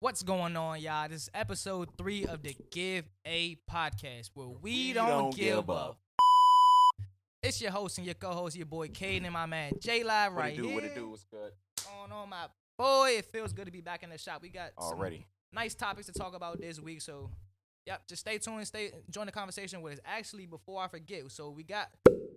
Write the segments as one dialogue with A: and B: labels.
A: What's going on, y'all? This is episode three of the Give a Podcast, where we,
B: We
A: don't,
B: don't
A: give,
B: give
A: a.
B: a
A: f- It's your host and your co-host, your boy Caden and my man J Live
B: What
A: right
B: it do?
A: here.
B: What it do? What's good?
A: Going on, my boy. It feels good to be back in the shop. We got some
B: Already.
A: nice topics to talk about this week. So, yep, just stay tuned. Stay join the conversation with us. Actually, before I forget, so we got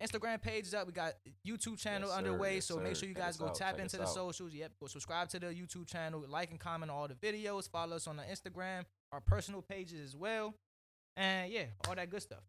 A: Instagram pages up. We got YouTube channel
B: Yes, sir.
A: underway.
B: Yes,
A: so make
B: sir.
A: sure you
B: Check
A: guys
B: us
A: go
B: out.
A: tap
B: Check
A: into
B: us
A: the
B: out.
A: socials. Yep, go subscribe to the YouTube channel, like and comment on all the videos. Follow us on the Instagram, our personal pages as well, and yeah, all that good stuff.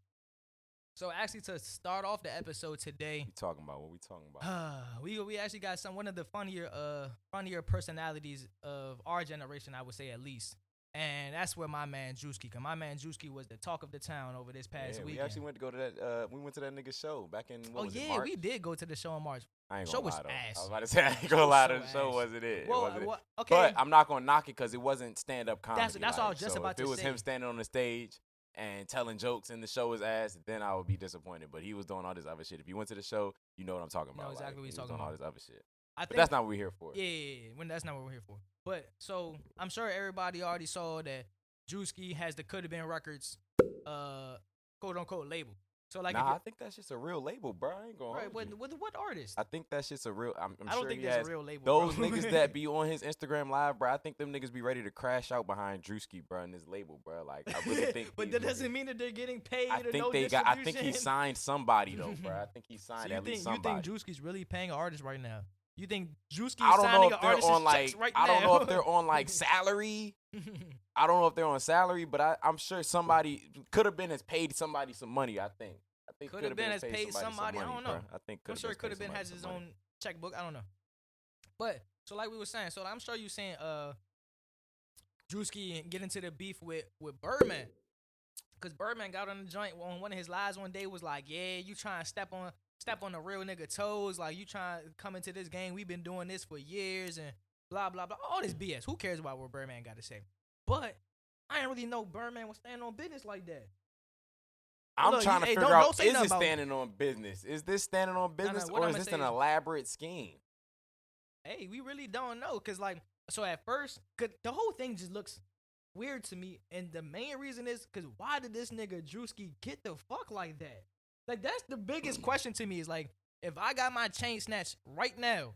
A: So actually, to start off the episode today,
B: We talking about what we talking about?
A: uh, we we actually got some one of the funnier uh funnier personalities of our generation, I would say at least. And that's where my man Juicy, cause my man Juicy was the talk of the town over this past
B: Yeah, we
A: weekend.
B: actually went to go to that. Uh, we went to that nigga show back in. What
A: oh
B: was it,
A: yeah,
B: March?
A: we did go to the show in March.
B: I ain't
A: show
B: gonna
A: was
B: lie though. I
A: ass.
B: was about to say I ain't gonna
A: was
B: lie.
A: so
B: The show
A: ass.
B: wasn't it.
A: Well,
B: it wasn't
A: well,
B: it.
A: okay,
B: But I'm not gonna knock it because it wasn't stand up comedy.
A: that's what I was
B: like,
A: just
B: so
A: about
B: if
A: to
B: it was
A: say.
B: him standing on the stage and telling jokes and the show was ass, then I would be disappointed. But he was doing all this other shit. If you went to the show, you know what I'm talking
A: Know
B: about.
A: exactly
B: like,
A: what he's
B: he was
A: talking
B: doing All
A: about.
B: this other shit.
A: I
B: But
A: think
B: that's not what we're here for.
A: yeah, yeah, yeah, when that's not what we're here for. But so I'm sure everybody already saw that Juicy has the Could Have Been Records, uh, quote unquote label. So like, if
B: nah, I
A: you're-
B: think that's just a real label, bro. I ain't gonna.
A: right,
B: hold
A: what,
B: you.
A: what what artist? I,
B: I think that's just a real. I'm, I'm
A: don't
B: sure
A: think
B: he
A: there's
B: has
A: a real label.
B: Those
A: bro.
B: niggas that be on his Instagram live, bro, I think them niggas be ready to crash out behind Drewski, bro, and his label, bro. Like, I really think.
A: but
B: these
A: that doesn't
B: niggas-
A: mean that they're getting paid.
B: I
A: or
B: think
A: no
B: they got. I think he
A: distribution.
B: signed somebody though, bro. I think he signed
A: so you
B: at
A: think
B: least somebody.
A: you think Drewski's really paying an artist right now? You think Drewski
B: I don't know
A: signing an
B: if
A: artist
B: they're on like.
A: right
B: I don't
A: now?
B: know if they're on like salary. I don't know if they're on salary, but I, I'm sure somebody could have been has paid somebody some money. I think. I think
A: Coulda
B: Coulda
A: Been
B: has
A: has paid somebody, I
B: Some money,
A: don't know.
B: bruh. I think.
A: I'm
B: Coulda
A: sure
B: Ben's
A: it could have
B: paid
A: been
B: somebody
A: has
B: some
A: his
B: money.
A: own checkbook. I don't know. But so like we were saying, so I'm sure you saying uh Drewski get into the beef with with Birdman. Cause Birdman got on the joint on one of his lives one day was like, Yeah, you trying to step on step on the real nigga toes, like you trying to come into this game. We've been doing this for years and blah blah blah. All this BS. Who cares about what Birdman gotta say? But I didn't really know Birdman was standing on business like that.
B: I'm
A: Look,
B: trying to
A: hey,
B: figure
A: don't-
B: out
A: don't say
B: is
A: nothing
B: it
A: about-
B: standing on business? Is this standing on business
A: what
B: or
A: I'ma
B: is this
A: say
B: an
A: is-
B: elaborate scheme?
A: hey, we really don't know. Cause like, so at first, cause the whole thing just looks weird to me. And the main reason is cause why did this nigga Drewski get the fuck like that? Like that's the biggest
B: Mm.
A: question to me is like, if I got my chain snatched right now,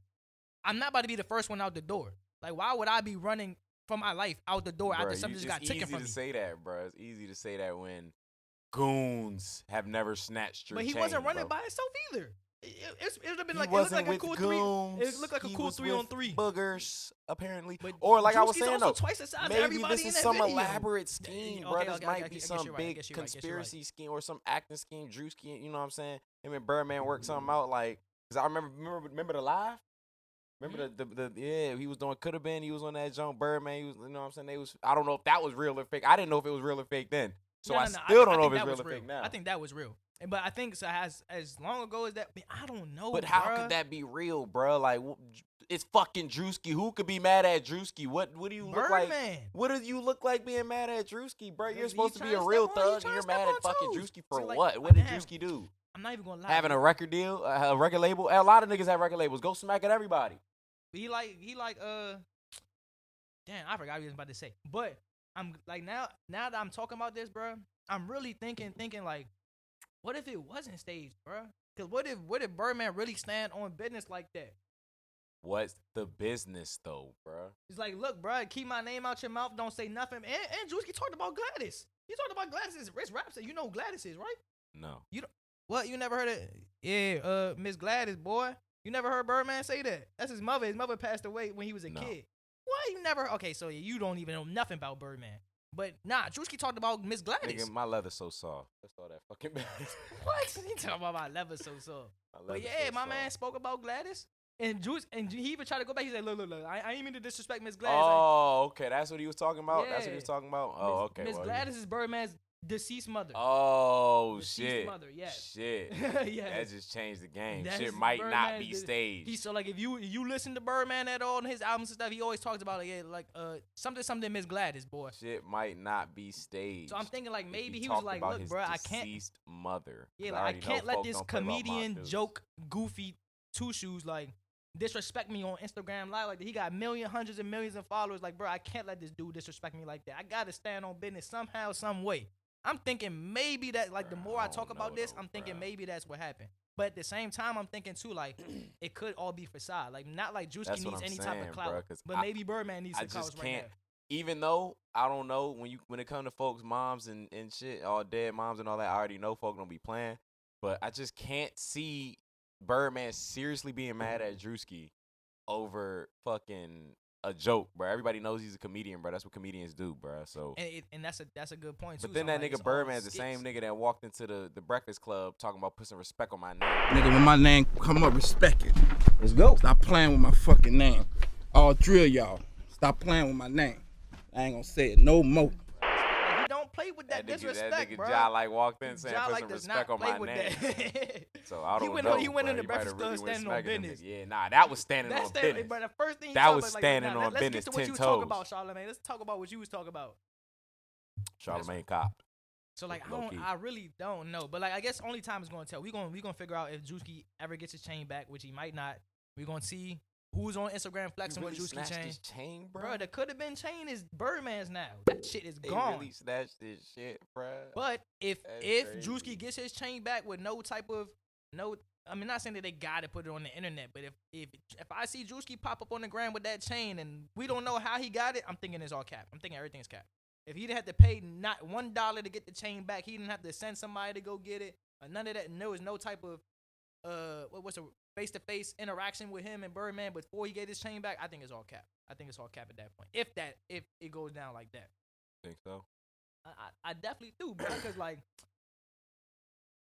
A: I'm not about to be the first one out the door. Like, why would I be running for my life out the door
B: Bruh,
A: after
B: you-
A: something just
B: it's
A: got taken
B: easy
A: from
B: to
A: me?
B: say that, bro. It's easy to say that when goons have never snatched your
A: But he
B: chain,
A: wasn't running
B: bro.
A: by himself either. It, it, it's- it would have been
B: He
A: like it looked like
B: wasn't
A: a
B: with
A: cool
B: goons.
A: three. It looked like a
B: He
A: cool
B: was
A: three
B: with
A: on three.
B: Boogers, apparently.
A: But
B: or like I was
A: Drewski's
B: saying,
A: also
B: though,
A: twice the size of
B: maybe
A: everybody
B: this
A: in
B: is
A: that
B: some
A: video.
B: elaborate
A: Yeah,
B: scheme,
A: okay,
B: bro.
A: okay,
B: This
A: okay, I
B: might
A: guess
B: be
A: you're
B: some
A: right, I guess you're
B: big
A: right, I guess you're right.
B: conspiracy scheme or some acting scheme. Drewski, you know what I'm saying? Him and Birdman worked something out, like because I remember, remember, remember the live.
A: Mm-hmm.
B: Remember the, the the yeah he was doing could have been he was on that John Birdman he was you know what I'm saying they was I don't know if that was real or fake I didn't know if it was real or fake then so
A: No,
B: I
A: no, no,
B: still
A: I,
B: don't know
A: I
B: if
A: think
B: it's
A: that
B: real
A: was
B: or fake now
A: I think that was real. And- But I think so as as long ago as that, I, mean, I don't know.
B: But how
A: bruh.
B: could that be real, bro? Like, wh- it's fucking Drewski. Who could be mad at Drewski? What What do you look like?
A: Birdman?
B: What do you look like being mad at Drewski, bro?
A: Nigga, you
B: You're supposed to be a
A: tryna
B: real
A: step on- you
B: thug,
A: tryna
B: and you're
A: step
B: mad
A: on
B: at fucking
A: toes.
B: Drewski for
A: So, like,
B: what? What did
A: damn.
B: Drewski do?
A: I'm not even gonna lie.
B: Having a record deal, a a record label. A lot of niggas have record labels. Go smack at everybody.
A: he like he like uh, damn, I forgot what he was about to say. But I'm like now now that I'm talking about this, bro, I'm really thinking thinking like, what if it wasn't staged, bro? Cause what if what if Birdman really stand on business like that?
B: What's the business though, bro?
A: He's like, look, bro, keep my name out your mouth. Don't say nothing. And, and Drewski talked about Gladys. He talked about Gladys's Rich Raps. You know who Gladys is, right?
B: No,
A: What? You never heard of? Yeah, uh, Miss Gladys, boy. You never heard Birdman say that? That's his mother. His mother passed away when he was a
B: No.
A: kid. What? You never? Okay, so you don't even know nothing about Birdman. But nah, Drewski talked about Miss Gladys.
B: nigga, my leather's so soft. That's all that fucking matters.
A: What? He talking about my leather so so.
B: My
A: But
B: leather's
A: yeah,
B: so
A: my
B: soft.
A: man spoke about Gladys. And Juice and he even tried to go back. He said, "Look, look, look! I, I ain't mean to disrespect Miss Gladys. I-
B: Oh, okay. That's what he was talking about. That's what
A: Yeah.
B: he was talking about. Oh,
A: Miss-
B: okay.
A: Miss
B: well, you-
A: Gladys is Birdman's deceased mother.
B: Oh
A: deceased
B: shit!
A: mother, yes.
B: Shit.
A: yes.
B: That just changed the game.
A: That is
B: shit might
A: Birdman
B: not be
A: did-
B: staged.
A: He so like if you you listen to Birdman at all on his albums and stuff, he always talks about like yeah, like uh something something Miss Gladys boy.
B: shit might not be staged.
A: So I'm thinking like
B: If
A: maybe he, was
B: talked
A: like,
B: about
A: look,
B: his
A: bruh, I can't,
B: Deceased mother.
A: yeah,
B: 'Cause
A: like I
B: already know
A: can't let
B: folk
A: this
B: don't play about my
A: comedian
B: feelings.
A: joke goofy two shoes like disrespect me on Instagram Live like that. He got million, hundreds and millions of followers. Like, bro, I can't let this dude disrespect me like that. I gotta stand on business somehow, some way. I'm thinking maybe that like the
B: Bruh,
A: more
B: I
A: I
B: don't
A: talk about
B: know
A: this,
B: though,
A: I'm thinking
B: bruh.
A: maybe that's what happened. But at the same time, I'm thinking too, like it could all be facade. Like not like Juicy
B: That's
A: needs
B: what I'm
A: any type
B: saying,
A: of
B: bruh,
A: clout,
B: 'cause
A: but
B: I-
A: maybe Birdman needs
B: I
A: some clout
B: just
A: right
B: can't-
A: now.
B: even though I don't know when you when it comes to folks, moms and and shit, all dead moms and all that. I already know folk don't be playing, but I just can't see Birdman seriously being mad at Drewski over fucking a joke, bro. Everybody knows he's a comedian, bro. That's what comedians do, bro. So.
A: And it, and that's a that's a good point too.
B: but then
A: so
B: that
A: I'm like, it's
B: nigga
A: all
B: Birdman's the
A: skits.
B: same nigga that walked into the, the Breakfast Club talking about putting respect on my name.
C: Nigga, when my name come up, respect it.
D: Let's go.
C: Stop playing with my fucking name. I'll drill y'all. Stop playing with my name. I ain't gonna say it no more.
A: Like, he don't play with that,
B: That nigga,
A: disrespect,
B: that nigga
A: bro.
B: Ja like walked in saying
A: Ja,
B: put
A: like,
B: some
A: does
B: respect
A: not
B: on
A: play
B: my
A: with
B: name.
A: that.
B: So I don't
A: he went,
B: know.
A: He went in
B: bro.
A: the
B: He might
A: breakfast
B: have
A: store
B: really went
A: standing on
B: smacking them
A: business.
B: niggas. Yeah, nah, that was standing
A: That's
B: on
A: that,
B: business.
A: but the first thing he
B: That
A: talked
B: was
A: about, like,
B: standing
A: nah,
B: on
A: let's
B: business,
A: get to what
B: 10
A: you talk
B: toes.
A: about, Charlamagne. Let's talk about what you was talking about.
B: Charlemagne cop.
A: So like I
B: Low
A: don't,
B: key.
A: I really don't know, but like I guess only time is gonna tell. We gonna we gonna figure out if Juicy ever gets his chain back, which he might not. We gonna see who's on Instagram flexing with Juicy chain.
B: his chain, bro.
A: Bro, the could have been chain is Birdman's now. That shit is
B: they
A: gone.
B: really snatched this shit, bro.
A: But if
B: That's
A: if
B: crazy.
A: Drewski gets his chain back with no type of no, I mean not saying that they gotta put it on the internet, but if if if I see Drewski pop up on the gram with that chain and we don't know how he got it, I'm thinking it's all cap. I'm thinking everything's cap. If he'd had to pay not one dollar to get the chain back, he didn't have to send somebody to go get it. Or none of that. And there was no type of uh what what's a face to face interaction with him and Birdman before he gave his chain back. I think it's all cap. I think it's all cap at that point. If that if it goes down like that.
B: think so.
A: I, I I definitely do, bro. Because like,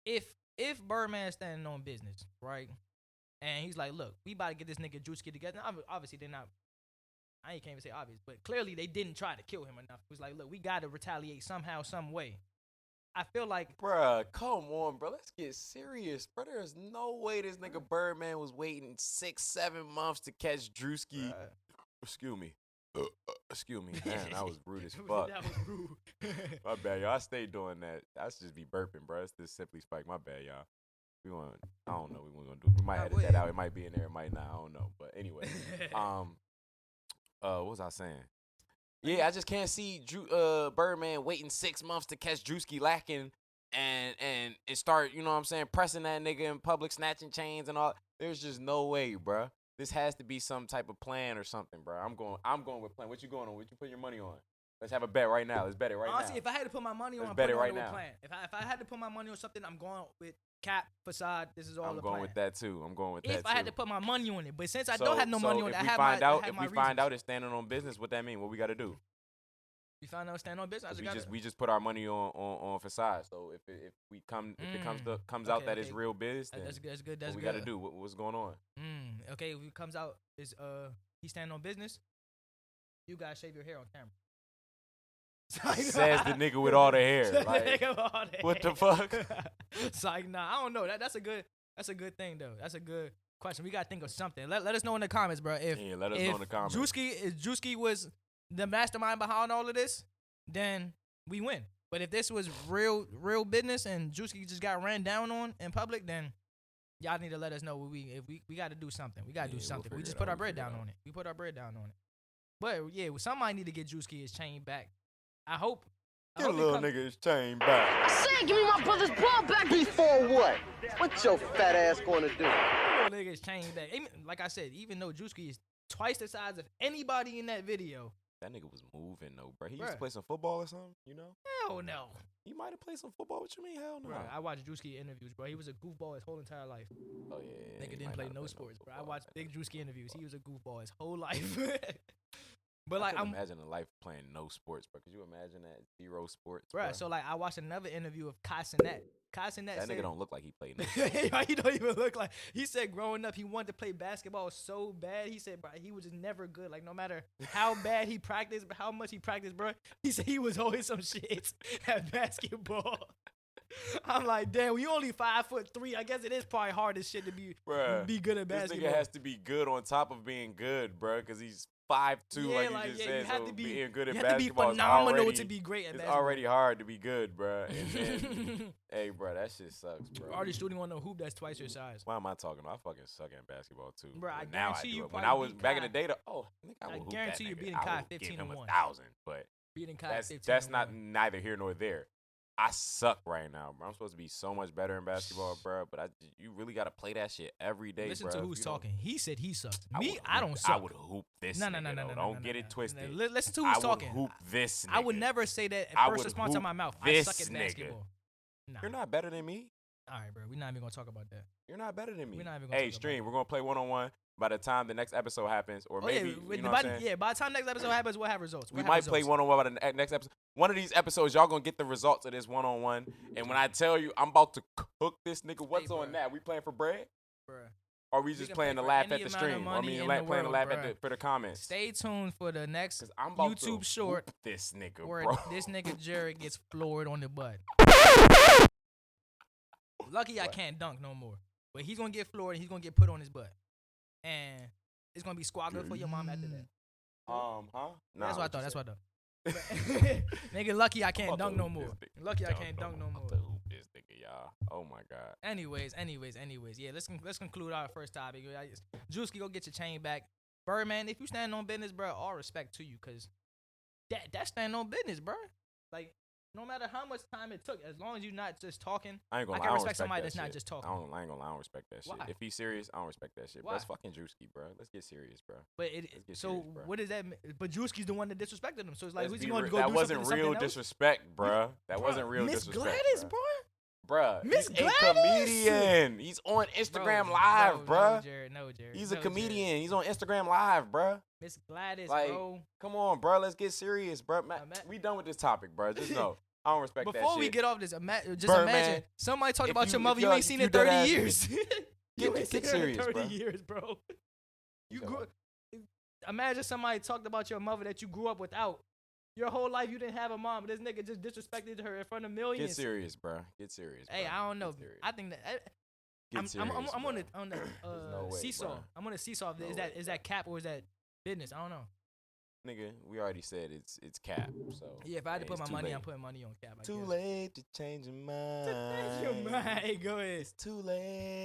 A: if if Birdman's standing on business, right, and he's like, "Look, we about to get this nigga Juicy together." Now, obvi- obviously, they're not. I ain't can't even say obvious, but clearly they didn't try to kill him enough. It was like, "Look, we got to retaliate somehow, some way." I feel like
B: Bruh, come on, bro. Let's get serious, bro. There's no way this nigga Birdman was waiting six, seven months to catch Drewski.
A: Bruh.
B: Excuse me. Excuse me. Man, I was rude as fuck.
A: that was rude.
B: My bad, y'all. I stay doing that. I should just be burping, bro. It's just simply spike. My bad, y'all. We want. I don't know. what We want to do. We might
A: Nah,
B: edit
A: but-
B: that out. It might be in there. It might not. I don't know. But anyway, um, uh, what was I saying? Yeah, I just can't see Drew, uh, Birdman waiting six months to catch Drewski lacking and and and start. You know what I'm saying? Pressing that nigga in public, snatching chains and all. There's just no way, bruh. This has to be some type of plan or something, bruh. I'm going. I'm going with plan. What you going on? What you put your money on? Let's have a bet right now. Let's bet it right
A: Honestly,
B: now.
A: if I had to put my money on,
B: Let's
A: I'm
B: bet
A: putting
B: it
A: on
B: right
A: to a
B: now.
A: plan. If I if I had to put my money on something, I'm going with cap facade. This is all
B: I'm
A: a
B: going
A: plan.
B: with that too. I'm going with that
A: if I had
B: too.
A: to put my money on it. But since I
B: So-
A: don't have no
B: so
A: money on
B: if
A: it, I
B: we
A: have
B: find
A: my,
B: out,
A: I have
B: if
A: my
B: we find
A: reasons.
B: out it's standing on business, what that mean? What we got to do?
A: we find out stand on business. I
B: 'Cause
A: just
B: We
A: gotta,
B: just we just put our money on on, on facade. So if it, if we come if it comes
A: Mm.
B: to, comes
A: Okay,
B: out that it's
A: okay.
B: real biz,
A: that-
B: then
A: that's good. That's good. That's
B: what we
A: good.
B: got to do? What, what's going on?
A: Mm, okay, if it comes out is uh he standing on business. You guys shave your hair on camera.
B: Says the nigga with all the hair,
A: Says the
B: like,
A: nigga with all the
B: what the
A: hair.
B: fuck?
A: it's like nah, I don't know. That that's a good that's a good thing though. That's a good question. We gotta think of something. Let, let us know in the comments, bro. If
B: Yeah, let us
A: if
B: know in the comments.
A: Drewski if Drewski was the mastermind behind all of this, then we win. But if this was real real business and Drewski just got ran down on in public, then y'all need to let us know what we if we, we got to do something. We got to
B: Yeah,
A: do
B: we'll
A: something. we
B: figure
A: just
B: it
A: put
B: out.
A: our
B: We'll
A: bread
B: figure it
A: down
B: out.
A: on it. We put our bread down on it. But yeah, well, somebody need to get Drewski his chain back. I hope. I
B: Get a
A: hope he
B: little
A: come-
B: nigga his chain back.
D: I said, give me my brother's ball back. Before what? What your fat ass going to do?
A: Little niggas changed that. Even, like I said, even though Drewski is twice the size of anybody in that video,
B: That nigga was moving though, bro. He used
A: Bruh.
B: to play some football or something. You know,
A: hell no.
B: he might have played some football. What you mean? Hell no.
A: Bro, I watched Drewski interviews, bro. He was a goofball his whole entire life.
B: oh yeah,
A: nigga
B: he might
A: didn't play
B: not have
A: no
B: played
A: sports, bro. I
B: football,
A: watched
B: man.
A: Big Drewski interviews. He was a goofball his whole life. but
B: I
A: like
B: couldn't
A: I'm
B: imagine a life playing no sports, bro. Could you imagine that zero sports,
A: bro,
B: bruh?
A: so like I watched another interview of Casinet. Casinet
B: that
A: said,
B: nigga don't look like he played. No
A: Like, he don't even look like. He said growing up, he wanted to play basketball so bad. He said, bro, he was just never good. Like, no matter how bad he practiced, how much he practiced, bro, he said he was always some shit at basketball. I'm like, damn, we only five foot three. I guess it is probably hard as shit to be
B: Bruh,
A: be good at
B: This
A: basketball.
B: nigga has to be good on top of being good, bruh, because he's five two,
A: Yeah,
B: like you
A: like,
B: just
A: yeah,
B: said.
A: you have
B: so
A: to be-
B: being good at
A: you have to be
B: basketball is
A: phenomenal
B: already,
A: to be great at
B: It's
A: basketball.
B: already hard to be good, bruh. And then, hey, bruh, that shit sucks, bro.
A: already shooting on a hoop that's twice your size.
B: Why am I talking? I fucking suck at basketball too.
A: Bruh, I
B: But now I
A: guarantee
B: do
A: you
B: it. When I
A: probably
B: was
A: beat
B: back in the
A: Kai.
B: day, though, oh, I think I,
A: I
B: would hoop that
A: guarantee you
B: nigga.
A: beating
B: I
A: Kai
B: would give
A: 15
B: him
A: to
B: a
A: one.
B: thousand, but
A: Beating Kai
B: that's
A: 15
B: that's
A: to
B: not
A: one.
B: neither here nor there. I suck right now, bro. I'm supposed to be so much better in basketball, bro. But I, you really got to play that shit every day,
A: Listen
B: bruh.
A: to
B: If
A: who's
B: you don't-
A: talking. He said he sucked.
B: I
A: Me,
B: would
A: I
B: hoop-
A: don't
B: I
A: suck.
B: would hoop this.
A: No, no,
B: nigga,
A: no, no,
B: though.
A: no.
B: Don't
A: no,
B: get
A: no,
B: it
A: no.
B: twisted.
A: Li- Listen to
B: I
A: who's
B: would
A: talking.
B: hoop this.
A: I would
B: nigga.
A: never say that
B: I
A: at first
B: would
A: response out
B: hoop
A: my mouth. I
B: this
A: suck at
B: nigga.
A: basketball. Nah.
B: You're not better than me.
A: All right, bro. We're not even gonna talk about that.
B: You're not better than me.
A: We're not even gonna talk
B: hey,
A: about
B: stream. We're gonna play one on one. By the time the next episode happens, or
A: Oh
B: maybe
A: yeah,
B: you
A: with-
B: know what
A: by,
B: I'm saying?
A: yeah. By the time next episode happens, we'll have results.
B: we
A: We'll have
B: might play
A: results.
B: one on one by the ne- next episode. One of these episodes, y'all gonna get the results of this one on one. And when I tell you, I'm about to cook this nigga. What's
A: bruh.
B: on that? We playing for bread?
A: Bruh.
B: Or we
A: We
B: just
A: can
B: playing
A: play
B: to
A: for
B: laugh
A: any
B: at the
A: amount of
B: stream? Or I
A: money
B: mean,
A: in
B: la-
A: the
B: playing to
A: world,
B: laugh at
A: bruh.
B: the for the comments.
A: Stay tuned for the next
B: Cause I'm about to
A: YouTube short
B: whoop this nigga,
A: where
B: bro.
A: this nigga Jared gets floored on the butt. Lucky I
B: What?
A: can't dunk no more, but he's gonna get floored and he's gonna get put on his butt, and it's gonna be squabbling for your mom after that.
B: Um, huh? Nah,
A: that's what I thought.
B: you
A: That's
B: said?
A: what I thought. nigga, lucky I
B: I'm
A: can't
B: about
A: dunk
B: to
A: no
B: hoop
A: more.
B: this nigga.
A: Lucky I can't dunk no
B: I'm
A: more.
B: about to hoop this nigga, y'all. Oh my god.
A: Anyways, anyways, anyways, yeah. Let's con- let's conclude our first topic. I just- Juicy, go get your chain back. Birdman, if you stand on business, bro, all respect to you, cause that that's stand on business, bro. Like no matter how much time it took, as long as you're not just talking,
B: I ain't
A: I
B: gonna. lie,
A: can
B: I don't
A: respect somebody
B: that
A: that's not
B: shit.
A: just talking.
B: I don't. I ain't gonna. Lie, I don't respect that shit.
A: Why?
B: If he's serious, I don't respect that shit. Bro,
A: Why?
B: it's fucking Drewski, bro. Let's get serious, bro.
A: But it
B: Let's get
A: so
B: serious, bro.
A: what does that? mean? But Drewski's the one that disrespected him, so it's like
B: Let's
A: who's
B: be
A: he going
B: real.
A: to go
B: that
A: do
B: wasn't
A: something to
B: real
A: something else?
B: disrespect, bruh. That wasn't real
A: Miss
B: disrespect.
A: Gladys,
B: bruh.
A: bro.
B: Bruh,
A: Miss
B: he's a
A: Gladys!
B: comedian. He's on Instagram Live,
A: bro. No,
B: bruh.
A: Jared, no, Jared.
B: he's a
A: no, Jared.
B: comedian. He's on Instagram Live, bruh.
A: Miss Gladys,
B: Like,
A: bro.
B: Come on, bruh. Let's get serious, bruh. Ma-
A: I'm at-
B: we done with this topic, bruh. Just know I don't respect that shit.
A: Before we get off this, ima- just
B: Birdman,
A: imagine somebody talking
B: if
A: about
B: you-
A: your
B: if
A: mother you
B: y'all-
A: ain't seen
B: if
A: in
B: you
A: 30
B: dead ass-
A: years. you
B: Get-
A: ain't seen
B: get
A: her in
B: serious,
A: 30
B: bruh.
A: years, bro. You
B: said
A: grew,
B: what?
A: imagine somebody talked about your mother that you grew up without. Your whole life you didn't have a mom. This nigga just disrespected her in front of
B: get
A: millions.
B: serious, bruh. Get serious.
A: Hey,
B: bruh.
A: I don't
B: Get
A: know.
B: serious.
A: I think that I,
B: Get
A: I'm, I'm, I'm,
B: serious,
A: I'm on the
B: bruh.
A: on the
B: There's
A: uh,
B: no way,
A: seesaw.
B: bruh.
A: I'm on the seesaw. of
B: No
A: is that
B: way,
A: is that cap or is that business? I don't know.
B: Nigga, we already said it's it's cap. So
A: Yeah, if I had to
B: hey,
A: put
B: it's
A: my
B: too
A: money,
B: late.
A: I'm putting money on cap. I
B: Too
A: guess.
B: late to change your mind.
A: Your mind. Oh Go ahead.
B: It's too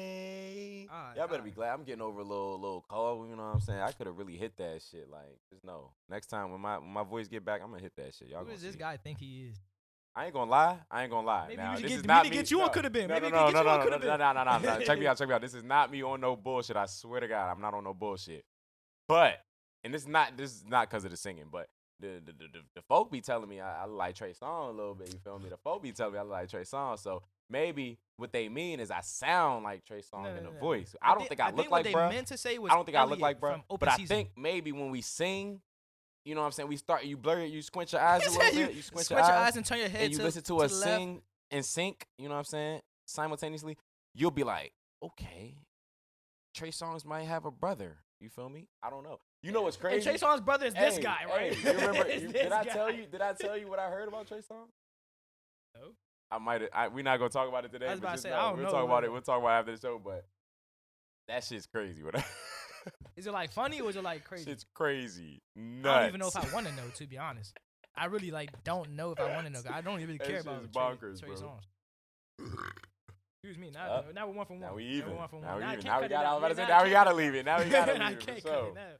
B: late.
A: Alright,
B: Y'all better be
A: alright.
B: glad I'm getting over a little little cold. You know what I'm saying? I could have really hit that shit. Like, just know next time when my when my voice get back, I'm gonna hit that shit. Y'all
A: Who
B: gonna
A: does this
B: see.
A: guy think he is?
B: I ain't gonna lie. I ain't gonna lie.
A: Maybe
B: now,
A: we should
B: this
A: get-
B: is
A: we
B: not
A: need to
B: me.
A: get you
B: no,
A: on Coulda Been.
B: No,
A: Maybe
B: no,
A: we
B: no,
A: could get
B: no,
A: you
B: no,
A: on
B: no,
A: Coulda
B: no,
A: Been.
B: no, no, no, no, no. Check me out. Check me out. This is not me on no bullshit. I swear to God, I'm not on no bullshit. But and it's not this is not because of the singing, but the the, the, the the folk be telling me I, I like Trey Songz a little bit. You feel me? The folk be telling me I like Trey Songz. So maybe what they mean is I sound like Trey Songz
A: No, no,
B: in the
A: no, no.
B: voice. I don't
A: thi-
B: think I, look
A: think
B: like
A: what
B: bruh.
A: They meant to say was
B: I don't think I look
A: Elliot
B: like
A: from
B: bruh.
A: Open
B: But I
A: Season.
B: think maybe when we sing, you know what I'm saying? We start you blur it, you squint your eyes a little
A: you,
B: bit, you squint
A: your eyes and turn your head
B: and you
A: to,
B: listen to,
A: to
B: us
A: the left.
B: sing and sync, you know what I'm saying, simultaneously, you'll be like, okay, Trey Songz might have a brother. You feel me? I don't know. You know what's crazy?
A: And Trey Songz's brother is this
B: Hey,
A: guy, right?
B: hey, you remember?
A: It's
B: you-
A: this
B: did I
A: guy.
B: tell you? Did I tell you what I heard about Trey Songz?
A: No.
B: I might. I, we're not gonna talk about it today.
A: I was
B: but
A: about to
B: just
A: say, I don't
B: we'll
A: know
B: talk about
A: what-
B: it. We'll talk about it after the show. But that shit's crazy. What? I-
A: Is it like funny or is it like crazy?
B: shit's crazy. Nuts.
A: I don't even know if I want to know, to be honest. I really like don't know if I want to know. 'cause I don't really
B: That
A: care
B: shit
A: about
B: is
A: Trey,
B: bonkers,
A: Trey
B: bro.
A: Songz. Excuse me. Now,
B: Uh,
A: now we're one for one.
B: Now we
A: Now
B: even.
A: we're one for one.
B: Now we
A: I
B: even.
A: can't
B: Now we
A: cut it
B: got. I
A: out.
B: was about to
A: Yeah,
B: say.
A: now I
B: Now we
A: can't
B: gotta leave it. Now we
A: cut
B: gotta
A: it out. I
B: leave it.
A: can't
B: So
A: cut it out.